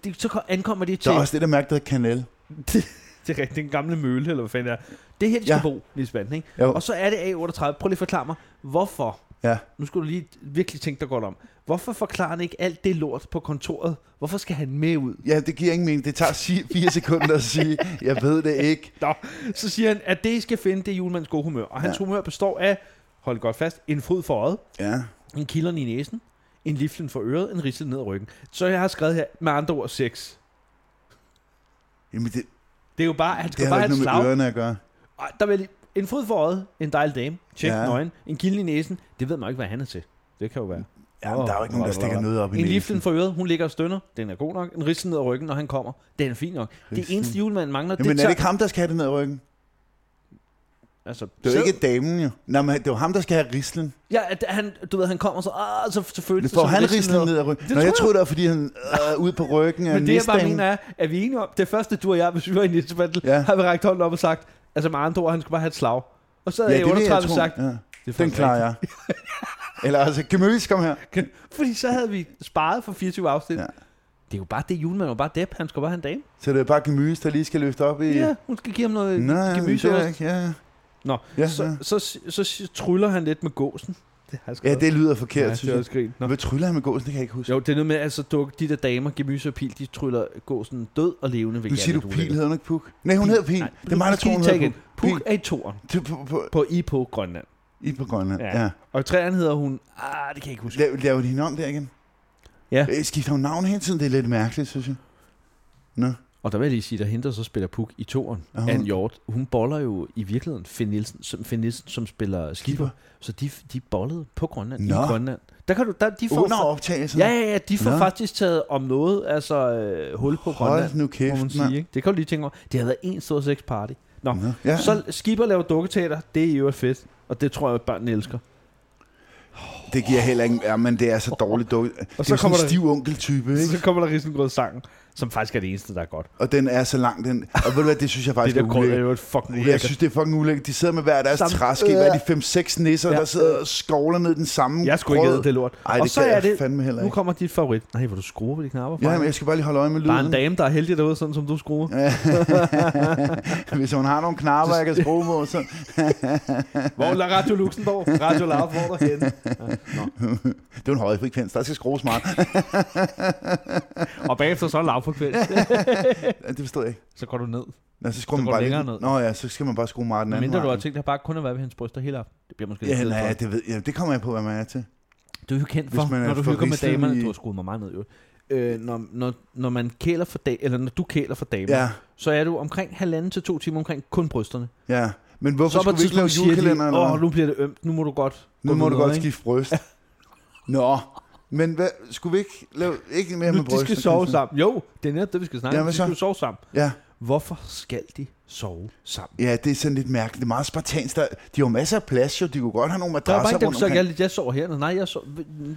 det, så kom- ankommer de Der til, er også det der mærke, der hedder kanal. til rigtig- den gamle mølle, eller hvad fanden det er. Det er her, de skal Ja. ja. bo, Nils Banden, ikke? Jo. Og så er det A38. Prøv lige at forklare mig, hvorfor? Ja. Nu skulle du lige virkelig tænke dig godt om. Hvorfor forklarer han ikke alt det lort på kontoret? Hvorfor skal han med ud? Ja, det giver ingen mening. Det tager si- fire sekunder at sige, jeg ved det ikke. Så siger han, at det, I skal finde, det er julemandens gode humør. Og hans ja. humør består af, hold godt fast, en fryd for øjet, Ja. en kilderen i næsen, en liflen for øret, en risel ned ad ryggen. Så jeg har skrevet her, med andre ord, sex. Jamen, det, Det er jo bare, han det skal har bare jo have ikke et noget med slag. ørerne at gøre. Ej, Der vil jeg lige, en fryd for øjet, en dejlig dame, tjek Ja. ja. nøgen, en kilde i næsen. Det ved man jo ikke, hvad han er til. Det kan jo være. Jamen, der er jo ikke nogen, der stikker noget op i En næsen. liflen for øret, hun ligger og stønner. Den er god nok. En risel ned ad ryggen, når han kommer. Den er fin nok. Det Risel. eneste julemanden mangler, Jamen, det er er det ikke ham, der skal have det ned ad ryggen? Altså, Det er jo sæd. ikke damen, jo. Nej, men det er jo ham, der skal have rislen. Ja, at han, du ved, han kommer så, ah, så, så føles Men det får som han rislen rislen ad- ned ad ryggen? Det Nå, tror jeg jeg. troede, det var, fordi han øh, ude på ryggen af Men det, jeg bare næsdamen. mener er, at vi er enige om, det første, du og jeg, hvis vi var i Nissebandel, Ja. ja. har vi rækket hånden op og sagt, altså med andre ord, han skulle bare have et slag. Og så havde Ja, jeg det vil jeg 38 tro. sagt, Ja. det Den faktisk klarer jeg. Eller altså, Gemøs, kom her. rigtigt. Fordi så havde vi sparet for 24 afsnit. Ja. Ja. Det er jo bare det, julemanden var bare dep, han skal bare have en dame. Så det er bare Gemøs, der lige skal løfte op i... Ja, hun skal give ham noget Nå, ja, gemyser. det er Ja, ikke, ja. ja. Nå, ja, ja. så, så, så, så, tryller han lidt med gåsen. Det har ja, jeg skrevet. det lyder Ja, forkert, det synes er jeg. også grint. Nå. Hvad tryller han med gåsen, det kan jeg ikke huske. Jo, det er noget med, altså dukke de der damer, gemyser og pil, de tryller gåsen død og levende. Nu hvilket er siger du, lidt Pil ulækkert. hedder hun ikke Puk. Nej, hun hedder Pil. Nej, Det er mig, der måske tror, hun lige tage hedder igen. Puk. Puk er i toren Pil. På, på, på I på Grønland. I på Grønland, Ja. ja. Og i træerne hedder hun... Ah, det kan jeg ikke huske. Lav, laver de hende om der igen? Ja. Øh, Skifter hun navn hele tiden? Det er lidt mærkeligt, synes jeg. Nå. Og der vil jeg lige sige, der henter så spiller Puk i toren. Og hun- Anne Hjort, hun boller jo i virkeligheden Finn Nielsen, som, Finn Nielsen, som spiller skipper. Så de, de bollede på Grønland, Nå. i Grønland. Der kan du, der, de får Under fa- optagelsen? Ja, ja, ja, de får Nå. Nå. faktisk taget om noget, altså øh, hul på Hold Grønland, nu må man kæft, sige. mand. Ikke? Det kan du lige tænke over. Det har været en stor sexparty. Nå, Nå. Ja. så skipper laver dukketeater, det er i øvrigt fedt. Og det tror jeg, at børnene elsker. Det giver heller ikke... Ja, men det er så dårligt dukket. Det er så jo sådan kommer en der- stiv onkeltype, ikke? Så kommer der risengrødssangen, som faktisk er det eneste, der er godt. Og den er så lang, den... Og ved du hvad, det synes jeg Det faktisk der er grød er ulækkert. jo et fucking Jeg ulækkert. synes, det er fucking ulækkert. De sidder med hver deres Samt- træske, hvad er de 5-6 nisser, Ja. der sidder og skovler ned den samme Jeg skulle ikke grød. æde det lort. Ej, Og det så kan er jeg det- fandme heller Nu ikke. kommer dit favorit. Nej, hvor du skruer på de knapper. Ja, Ja, men jeg skal bare lige holde øje med lyden. der er en dame, der er heldig derude, sådan som du skruer. Hvis hun har nogle knapper, [laughs] jeg kan skrue på, så... Hvor er Radio Luxembourg? Radio Loud, hvor er [laughs] der henne? Det er en høj frekvens, der skal skrues meget. Og bagefter så er lavfrekvens. Det forstod jeg ikke. Så går du ned. Nå, så skruer Så man går bare det længere lidt. ned. Nå ja, så skal man bare skrue meget den anden mindre du har vej. tænkt dig bare kun at være ved hendes bryster hele aften. Det bliver måske lidt Ja, kedeligt nej, for dig. det, ved, ja, det kommer jeg på, hvad man er til. Du er jo kendt Hvis for, man er når du for hygger med ristet damerne. i- Du har skruet mig meget ned, jo. Øh, når, når, når, man kæler for da, eller når du kæler for damer, Ja, ja. så er du omkring halvanden til to timer omkring kun brysterne. ja. Men hvorfor så på skulle et vi ikke lave tidspunkt siger julekalender? de, eller åh, hvad? nu bliver det ømt, nu må du godt nu gå må du videre, godt ikke?" skifte [laughs] bryst. Nå, men hvad, skulle vi ikke lave ikke mere med Nu, bryst? de skal sove sammen. Jo, det er netop det, vi skal snakke Ja, om. hvad De så? skal jo sove sammen. Ja. Hvorfor skal de sove sammen? Ja, det er sådan lidt mærkeligt. Det er meget spartansk. Der, de har jo masser af plads, jo. De kunne godt have nogle Der er bare madrasser ikke dem, rundt så omkring. jeg, jeg sover her. Nej, jeg sover.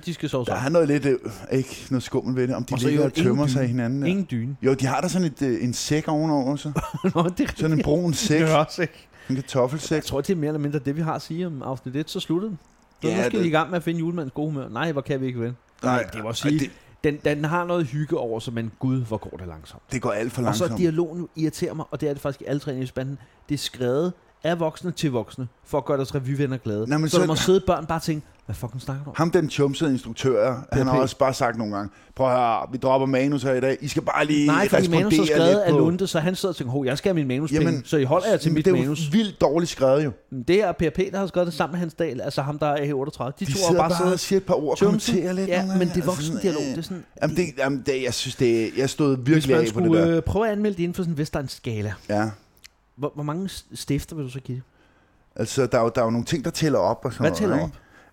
de skal sove Der sammen. er noget lidt, øh, ikke noget skummel ved det, om de Og så ligger jo og tømmer ingen sig i dyne. hinanden. Der. Ingen dyne. [laughs] Jo, de har der sådan et, øh, en sæk ovenover sig. Nå, det er Sådan en brun sæk. det er også ikke. En kartoffelsæk. Jeg tror, det er mere eller mindre det, vi har at sige om afsnit 1. Så slutter den. Så Ja, ja, nu skal det- vi i gang med at finde julemandens gode humør. Nej, hvor kan vi ikke vende? Nej, det må jeg ej, sige. Det, Den, den har noget hygge over sig, men gud, hvor går det langsomt. det går alt for Og så langsomt. er dialogen jo irriterer mig, og det er det faktisk i alle tre i spanden. Det er skrevet af voksne til voksne, for at gøre deres revyvenner glade. Nå, men så, så- der må sidde børn bare og tænke, hvad fucking snakker du om? Ham den chumsede instruktør, han har også bare sagt nogle gange, prøv at høre, vi dropper manus her i dag, I skal bare lige Nej, fordi respondere manus er skrevet lidt af på- Lunde, så han sidder og tænker, hov, jeg skal have min manus Jamen, Jamen, så I holder jer til Men mit det er jo manus. vildt dårligt skrevet jo. Men Det er PRP, der har skrevet det sammen med Hans Dahl, altså ham, der er A38. De, De to sidder har bare, bare bare og siddet siger et par ord og kommenterer lidt. Ja, nogle gange, men det er altså sådan, voksendialog. øh, Det er sådan, Jamen, det, jamen det, jeg synes, det, jeg stod hvis virkelig man af på det skulle der. øh, prøve at anmelde det inden for sådan en Vestegns-skala, Ja. hvor, hvor mange s- stifter vil du så give det? Altså, der er, jo, der er jo nogle ting, der tæller op. Og sådan Hvad noget, tæller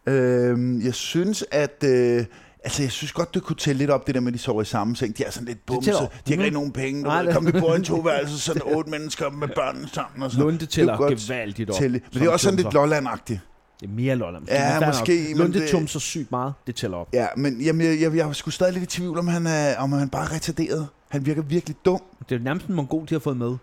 ikke? Øhm, jeg synes, at... Øh, altså, jeg synes godt, det kunne tælle lidt op, det der med, at de sover i samme seng. De er sådan lidt bumse. De tæller har op. Mm. ikke rigtig nogen penge. Nej, Nej, det- Kom, vi [laughs] bor i en toværelse, sådan otte mennesker med børnene sammen. Og sådan. Lunde tæller godt gevaldigt op. Tælle. Men det er også sådan lidt lollandagtigt. Det er mere lolland. Ja, måske, men Lunde det- tumser sygt meget. Det tæller op. Ja, men jamen, jeg, jeg, jeg skulle stadig lidt i tvivl, om han, er, om han bare er retarderet. Han virker virkelig dum. Det er jo nærmest en mongol, de har fået med.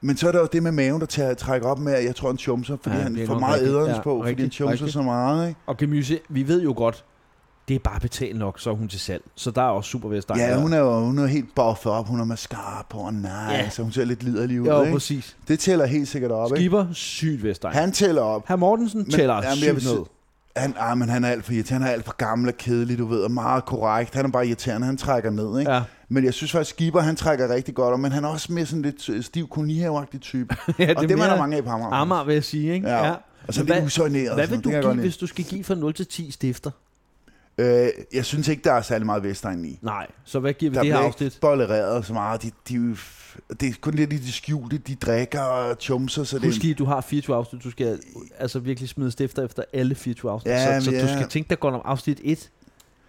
Men så er der jo det med maven, der tager, trækker op med, at jeg tror, han chumser, fordi Ja, han det er får nok meget rigtigt. æderens på, Ja, fordi rigtigt, han chumser rigtigt. så meget. Ikke? Og Gemyse, vi ved jo godt, det er bare betalt nok, så er hun til salg. Så der er også super vest. Ja, hun er jo hun er jo helt buffet op. Hun har mascara på, og nej, Ja. ja. så hun ser lidt liderlig ud, jo, ikke? præcis. Det tæller helt sikkert op, ikke? Skipper sygt Vestegn. Han tæller op. Herr Mortensen men, tæller jamen, jeg sygt vil ned. sige- Han, ah, men han er alt for irriterende. Han er alt for gammel og kedelig, du ved, og meget korrekt. Han er bare irriterende. Han trækker ned, ikke? Ja. [laughs] Men jeg synes faktisk, Skipper, han trækker rigtig godt op, men han er også mere sådan lidt øh, stiv kolonihaveagtig type. ja, og det er der mange af på Amager. Amager, vil jeg sige, ikke? Ja. Og så er lidt Hvad- usøgneret. Hvad vil du give, hvis du skal give fra 0 til 10 stifter? Øh, jeg synes ikke, der er særlig meget Vestegn i. Nej, så hvad giver vi Der det her bliver ikke afsnit? bollereret så meget. De, de, er jo f- det er kun lidt i det skjulte. De drikker og chumser, så det Husk lige, du har 24 afsnit, du skal altså virkelig smide stifter efter alle 24 afsnit, Ja, ja, så, men så ja. ja. du skal tænke dig godt om afsnit 1.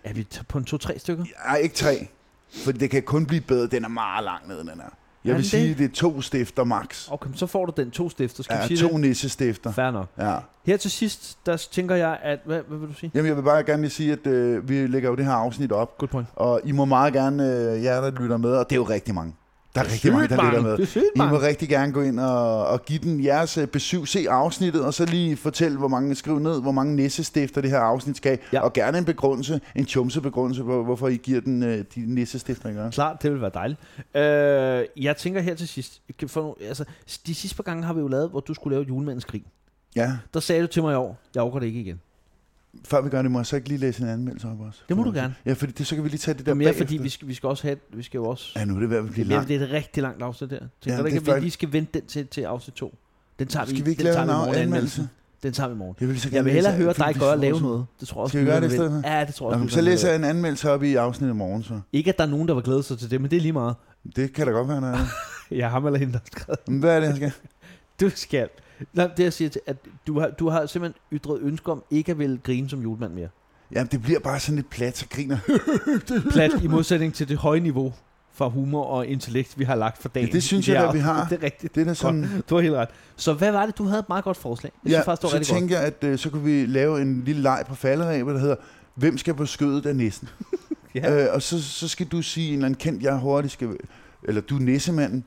Er vi t- på en 2-3 stykker? Nej, ikke tre. For det kan kun blive bedre. Den er meget lang ned, den er. Jeg Er vil den sige, det? det er to stifter max. Okay, men så får du den to stifter, skal Ja, vi sige to det? nissestifter. Fair nok. Ja. Her til sidst, der tænker jeg, at... Hvad, hvad vil du sige? Jamen, jeg vil bare gerne lige sige, at øh, vi lægger jo det her afsnit op, Good point. og I må meget gerne, øh, jer der lytter med, og det er jo rigtig mange. Der er rigtig mange, der lytter med. Det er sygt, I må mange. rigtig gerne gå ind og, og give den jeres øh, besøg, se afsnittet, og så lige fortælle, hvor mange, skriv ned, hvor mange nissestifter det her afsnit skal have, Ja. og gerne en begrundelse, en chumsebegrundelse på, hvorfor I giver den øh, de nissestifter, I gør. Klart, det vil være dejligt. Øh, jeg tænker her til sidst, kan få nogle, altså, de sidste par gange har vi jo lavet, hvor du skulle lave et julemandens krig. Ja, Der sagde du til mig i år, jeg overgår det ikke igen. før vi gør det, må jeg så ikke lige læse en anmeldelse op også? Det må du gerne. Ja, fordi det, så kan vi lige tage det Det der er mere bagefter. fordi, vi skal, vi skal også have, vi skal jo også... Ja, nu er det ved at blive Ja, langt. det er et rigtig langt afsnit der. Tænker Jamen, du ikke, det er at vi faktisk- lige skal vente den til, til afsnit 2? Den tager vi, Skal vi ikke den lave tager en vi i morgen, anmeldelse? anmeldelsen. Den tager vi i morgen. Jeg vil, så Jeg gerne vil hellere læse- høre fordi dig vi gøre at får lave så- noget. Det tror jeg også. Skal vi gøre det i lytterne vil. stedet Ja, det tror jeg Nå, også. men så lytterne vil. læser jeg en anmeldelse op i afsnittet i morgen, så. Ikke, at der er nogen, der var glædet sig til det, men det er lige meget. Det kan da godt være, når jeg... Jeg ham eller hende, der har skrevet. Men hvad er det, jeg skal? Du skal. Nå, det jeg siger til, at du har, du har simpelthen ytret ønske om ikke at ville grine som julemand mere. Jamen, det bliver bare sådan lidt plat, så griner. Plat i modsætning til det høje niveau for humor og intellekt, vi har lagt for dagen. Ja, det synes i jeg da, her vi har. afsnit. Det er rigtigt. Det er da sådan... Du har helt ret. Så hvad var det, du havde et meget godt forslag? Jeg synes Ja, ja, faktisk, det var så rigtig godt. tænkte jeg, at øh, så kunne vi lave en lille leg på falderæbet, der hedder, hvem skal på skødet af næsten? [laughs] Ja. øh, og så, så skal du sige en eller anden kendt, jeg hurtigt skal... Eller du er næsemanden,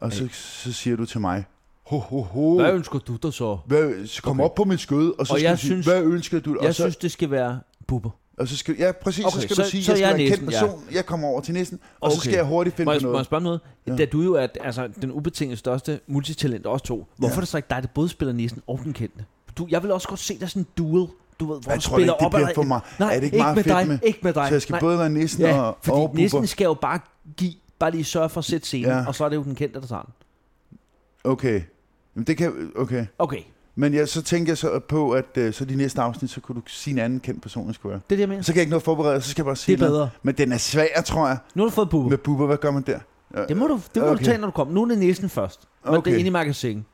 og så, så siger du til mig, ho, ho, ho. Hvad ønsker du dig så? Hvad, så kom Okay. okay. op på mit skød, og så Og skal jeg du sige, synes- hvad ønsker du? Og Jeg så, synes, det skal være buber. og så skal, ja, præcis, Okay, så skal så- du sige, så jeg skal jeg er være en kendt næsen, ja. person, jeg kommer over til næsten, og så Okay. skal jeg hurtigt finde Må på jeg, må jeg noget. spørge om noget? Ja. Ja. Da du jo er altså, den ubetinget største multitalent også to, hvorfor ja. er det så ikke dig, der både spiller næsen og den kendte? Du, jeg vil også godt se dig sådan en duel, du ved, hvor Jeg du tror spiller ikke, det op bliver ad- for mig. Nej, Er det ikke meget med fedt dig, med- ikke med dig. Så jeg skal Nej. både være næsten ja, og, fordi og næsen bubber. skal jo bare give, bare lige sørge for at sætte scenen, ja. Ja. og så er det jo den kendte, der tager den. Okay, Jamen, det kan, okay. Okay, Men ja, så tænkte jeg så på, at øh, så de næste afsnit, så kunne du sige en anden kendt person, jeg skulle være. det er det, jeg mener. Så kan jeg ikke nå at forberede, så skal jeg bare Det sige er noget. bedre. Men den er svær, tror jeg. Nu har du fået Uh. buber. Med buber, hvad gør man der? Øh, Det må du, det må okay. du Okay. tage, når du kommer. Nu er det næsen først. Men okay. Okay. det er inde i magasin.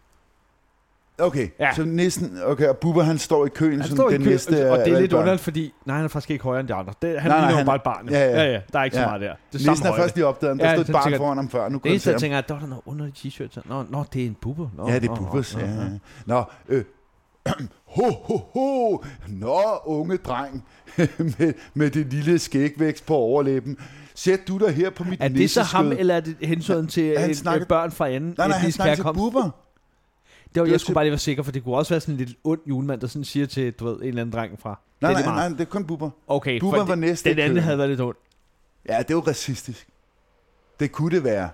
Okay, Ja. ja. så næsten, okay, og buber han står i køen, Han som står i den kø, næste øh, er- og det er er et lidt barn. underligt, fordi... Nej, han er faktisk ikke højere end de andre. Det, han Nej, nej, ligner jo han- bare et barn. jo. ja, ja. ja, Der er ikke så Ja. meget der. Det er samme Næsten er højde. først lige opdaget, der Ja, ja, stod så et barn tænker jeg- foran ham før, nu Det kunne jeg eneste, se jeg ham. tænker, er, at der er noget underlig t-shirt. Så, Nå, nå, det er en buber. Nå, Ja, det nå, er nå, bubbers, nå, ja. nå. Nå, øh, [clears throat] ho, ho, ho, nå, unge dreng, [laughs] med, med det lille skægvækst på overlæben. Sæt du dig her på mit Er det så ham, næseskød. eller er det hensynet til Han han snakker... snakker- børn fra anden? Nej, nej, han etnisk snakker til herkomst? buber. Det var, Det var jeg skulle til- bare lige være sikker, for det kunne også være sådan en lidt ond julemand, der sådan siger til, du ved, en eller anden dreng fra. Nej, det er nej, det nej, meget. det er kun buber. Okay, for Buber det, var næste i den anden køen. havde været lidt ond. Ja, det er jo racistisk. Det kunne det være.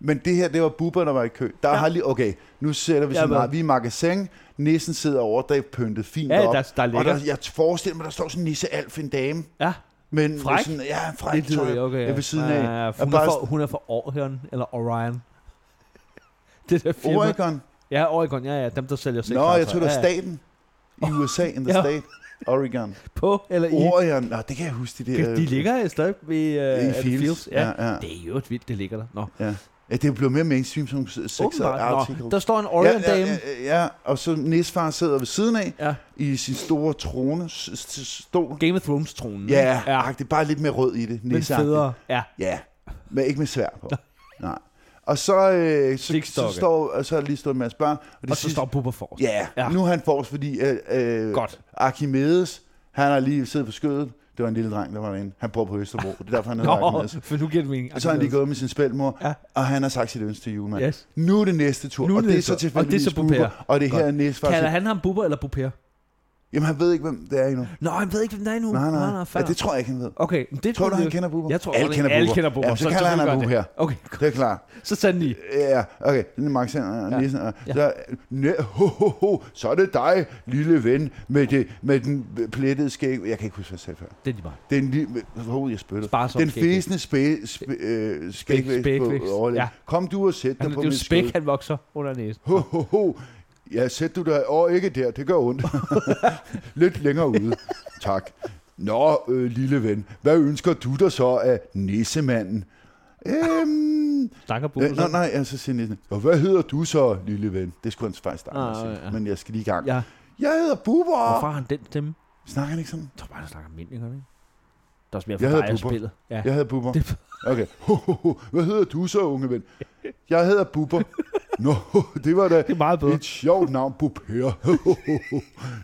Men det her, det var Bubber, der var i kø. Der ja. har lige, okay, nu sætter vi Ja, sådan hvad? meget. Vi er i magasin, nissen sidder over, der er pyntet fint Ja, op. der, der og ligger. der, jeg forestiller mig, der står sådan en nisse alf en dame. Ja. Men Fræk. Sådan, ja, en fræk. Lidt tror liderlig, okay. Jeg ved siden ja, af. Ja, ja, Og hun, er bare for, sådan- hun er fra Orion, eller Orion. [laughs] Det der firma. Oregon. Oregon. Ja, Oregon, ja, ja, dem der sælger sex. Nå, jeg tror, det ja, var ja. staten. I USA, in the Ja. state. Oregon. På, eller [laughs] i. Oregon. Nå, det kan jeg huske, de der... De ligger stadig ved uh, øh, i Fields. Ja. ja. ja. Det er jo et vildt, det ligger der. Nå, ja det er jo blevet mere mainstream som sex åbenbart. Nå, artikel. der står en Orion-dame. Ja, ja, ja, ja, og så Nisfar sidder ved siden af Ja. ja. i sin store trone. s- s- Stol. Game of Thrones-tronen. Ja, ja. ja. det er bare lidt mere rød i det. Men nisseagtigt. federe. Ja, Ja, men ikke med svær på. Nej. Og så, øh, så, Slikstokke. så, står, og så er der lige stået en masse børn. Og, det og så står Bubber forrest. Ja, Ja. ja, nu er han forrest, fordi øh, øh, Godt. Archimedes, han har lige siddet på skødet. Det var en lille dreng, der var derinde. Han bor på Østerbro. Det er derfor, han hedder [laughs] Nå, Archimedes. for nu giver det mening. Og altså. så er han lige gået med sin spældmor, Ja. ja. og han har sagt sit ønske til julemanden. Yes. Nu er det næste tur, Nu er og det det er næste tur. så Og det er tilfældigvis så Bubber. Bubber, og det er her næste Kalder faktisk. han ham Bubber eller Bubber? Jamen, han ved ikke, hvem det er endnu. Nå, han ved ikke, hvem der er nu. Nej, nej. nej ja, fair. det tror jeg ikke, han ved. Okay, men det Tror du, jeg- han kender Bubber? Jeg tror, alle alle kender Bubber. alle kender Bubber. Ja, så, Så- kalder så han gør ham det. her. Okay, Det er klart. så tag den i. Ja, okay. Den er Max her, og Nielsen, og så, næ, ho, ho, ho, så er det dig, lille ven, med, det, med den plettede skæg. Jeg kan ikke huske, hvad jeg sagde før. Det er lige meget. Den lille... Hvor jeg spyttede. Sparsom Den skægvækst. fæsende spæ, spæ, øh, spækvækst spækvækst, på overlægen. ja. Kom du og sæt Han, dig det på er min jo spæk, skæg. han vokser under næsen. Ho, ho, ho. Ja, sæt du dig over ikke der, det gør ondt. [laughs] Lidt længere ude. Tak. Nå, øh, lille ven, hvad ønsker du dig så af nissemanden? Øhm, Snakker på. øh, nej, nej, altså siger nissen. Og hvad hedder du så, lille ven? Det skulle han faktisk starte med at Ah, sige, ja. men jeg skal lige i gang. Ja. Jeg hedder Hvorfor Bubber. har han den stemme? Snakker han ikke sådan? Jeg tror bare, han snakker almindelig, gør han ikke? Der er også mere Jeg for hedder dig at Bubber. spillet. Ja. Jeg hedder Bubber. Okay. Ho, ho, ho. Hvad hedder du så, unge ven? Jeg hedder Bubber. Nå, det var da Det er meget bedre. et sjovt navn, Bubber.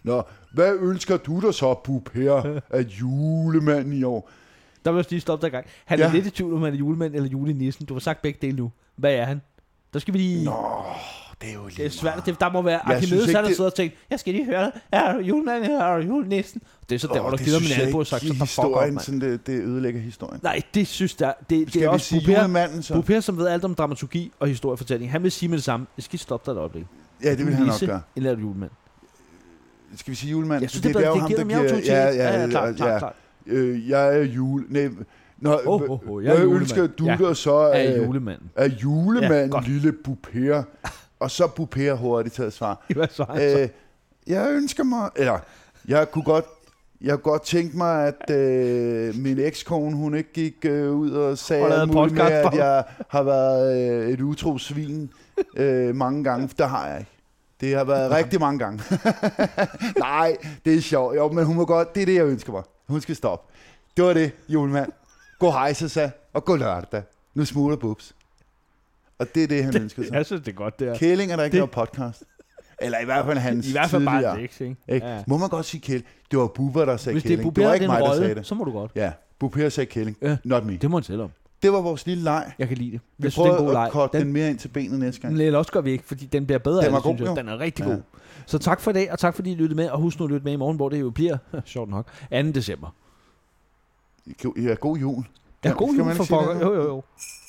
Nå, hvad ønsker du dig så, Bubber, af julemanden i år? Der vil jeg også lige stoppe dig i gang. Han Ja. er lidt i tvivl, om han er julemand eller julenissen. Du har sagt begge dele nu. Hvad er han? Der skal vi lige... Nå, det er jo lige Det er svært. Det, der må være Jeg synes Archimedes, ikke, han har det- siddet og tænkt, jeg skal lige høre, er du julemanden eller er du julenissen? Det er så der, hvor Åh, der det gider synes min jeg albu og ikke sagt, i så der fuck op, historien, mand. sådan det, det ødelægger historien. Nej, det synes der. Det, det Skal er vi også sige Bubber, julemanden så? Bubber, som ved alt om dramaturgi og historiefortælling. Han vil sige med det samme. Jeg skal lige stoppe dig et øjeblik. Ja, det vil han nok gøre. Eller er du julemand? Skal vi sige julemanden? Jeg synes, Fordi det, det, er jo det ham, giver der mere autoritet. Ja, ja, ja, klart, klart, klart. Øh, jeg er jule... Nej, Nå, Ho, ho, ho, jeg er hvad julemand. ønsker du Ja. dig så Er af, [laughs] julemanden. af julemanden, Ja, ja, lille Bupere? Og så Bupere hurtigt til at svare. Hvad [laughs] så? Øh, jeg ønsker mig... Eller, jeg kunne godt... Jeg kunne godt tænke mig, at øh, min ekskone, hun ikke gik øh, ud og sagde Og lavede alt muligt med, podcast for at jeg har været øh, et utro svin øh, mange gange. For Det har jeg ikke. Det har været rigtig mange gange. [laughs] Nej, det er sjovt. Jo, men hun må godt. Det er det, jeg ønsker mig. Hun skal stoppe. Det var det, julemand. God hej, Sasa, og god lørdag. Nu smuler bubs. Og det er det, han ønsker sig. Jeg synes, det er godt, det er. Kælling er der ikke Det- lavet podcast. Eller i hvert fald hans I hvert fald bare tidligere. en tekst, ikke? Ikke? Ja. Må man godt sige kæl? Det var Bubber, der sagde Hvis det kælling. er det var Bubber, ikke den mig, der sagde rolle, det. så må du godt. Ja, Bubber sagde kælling. Ja. Not me. Det må han selv om. Det var vores lille leg. Jeg kan lide det. Vi Jeg synes, det er en god prøver leg. at korte Den, den, mere ind til benet næste gang. den eller også gør vi ikke, fordi den bliver bedre. Den af det, var god, synes jeg. jo. Den er rigtig Ja. god. Så tak for i dag, og tak fordi I lyttede med. Og husk nu at lytte med i morgen, hvor det jo bliver, [laughs] sjovt nok, 2. december. Ja, god jul. Ja, Skal god man jul ikke for sige det? pokker. Jo, jo, jo.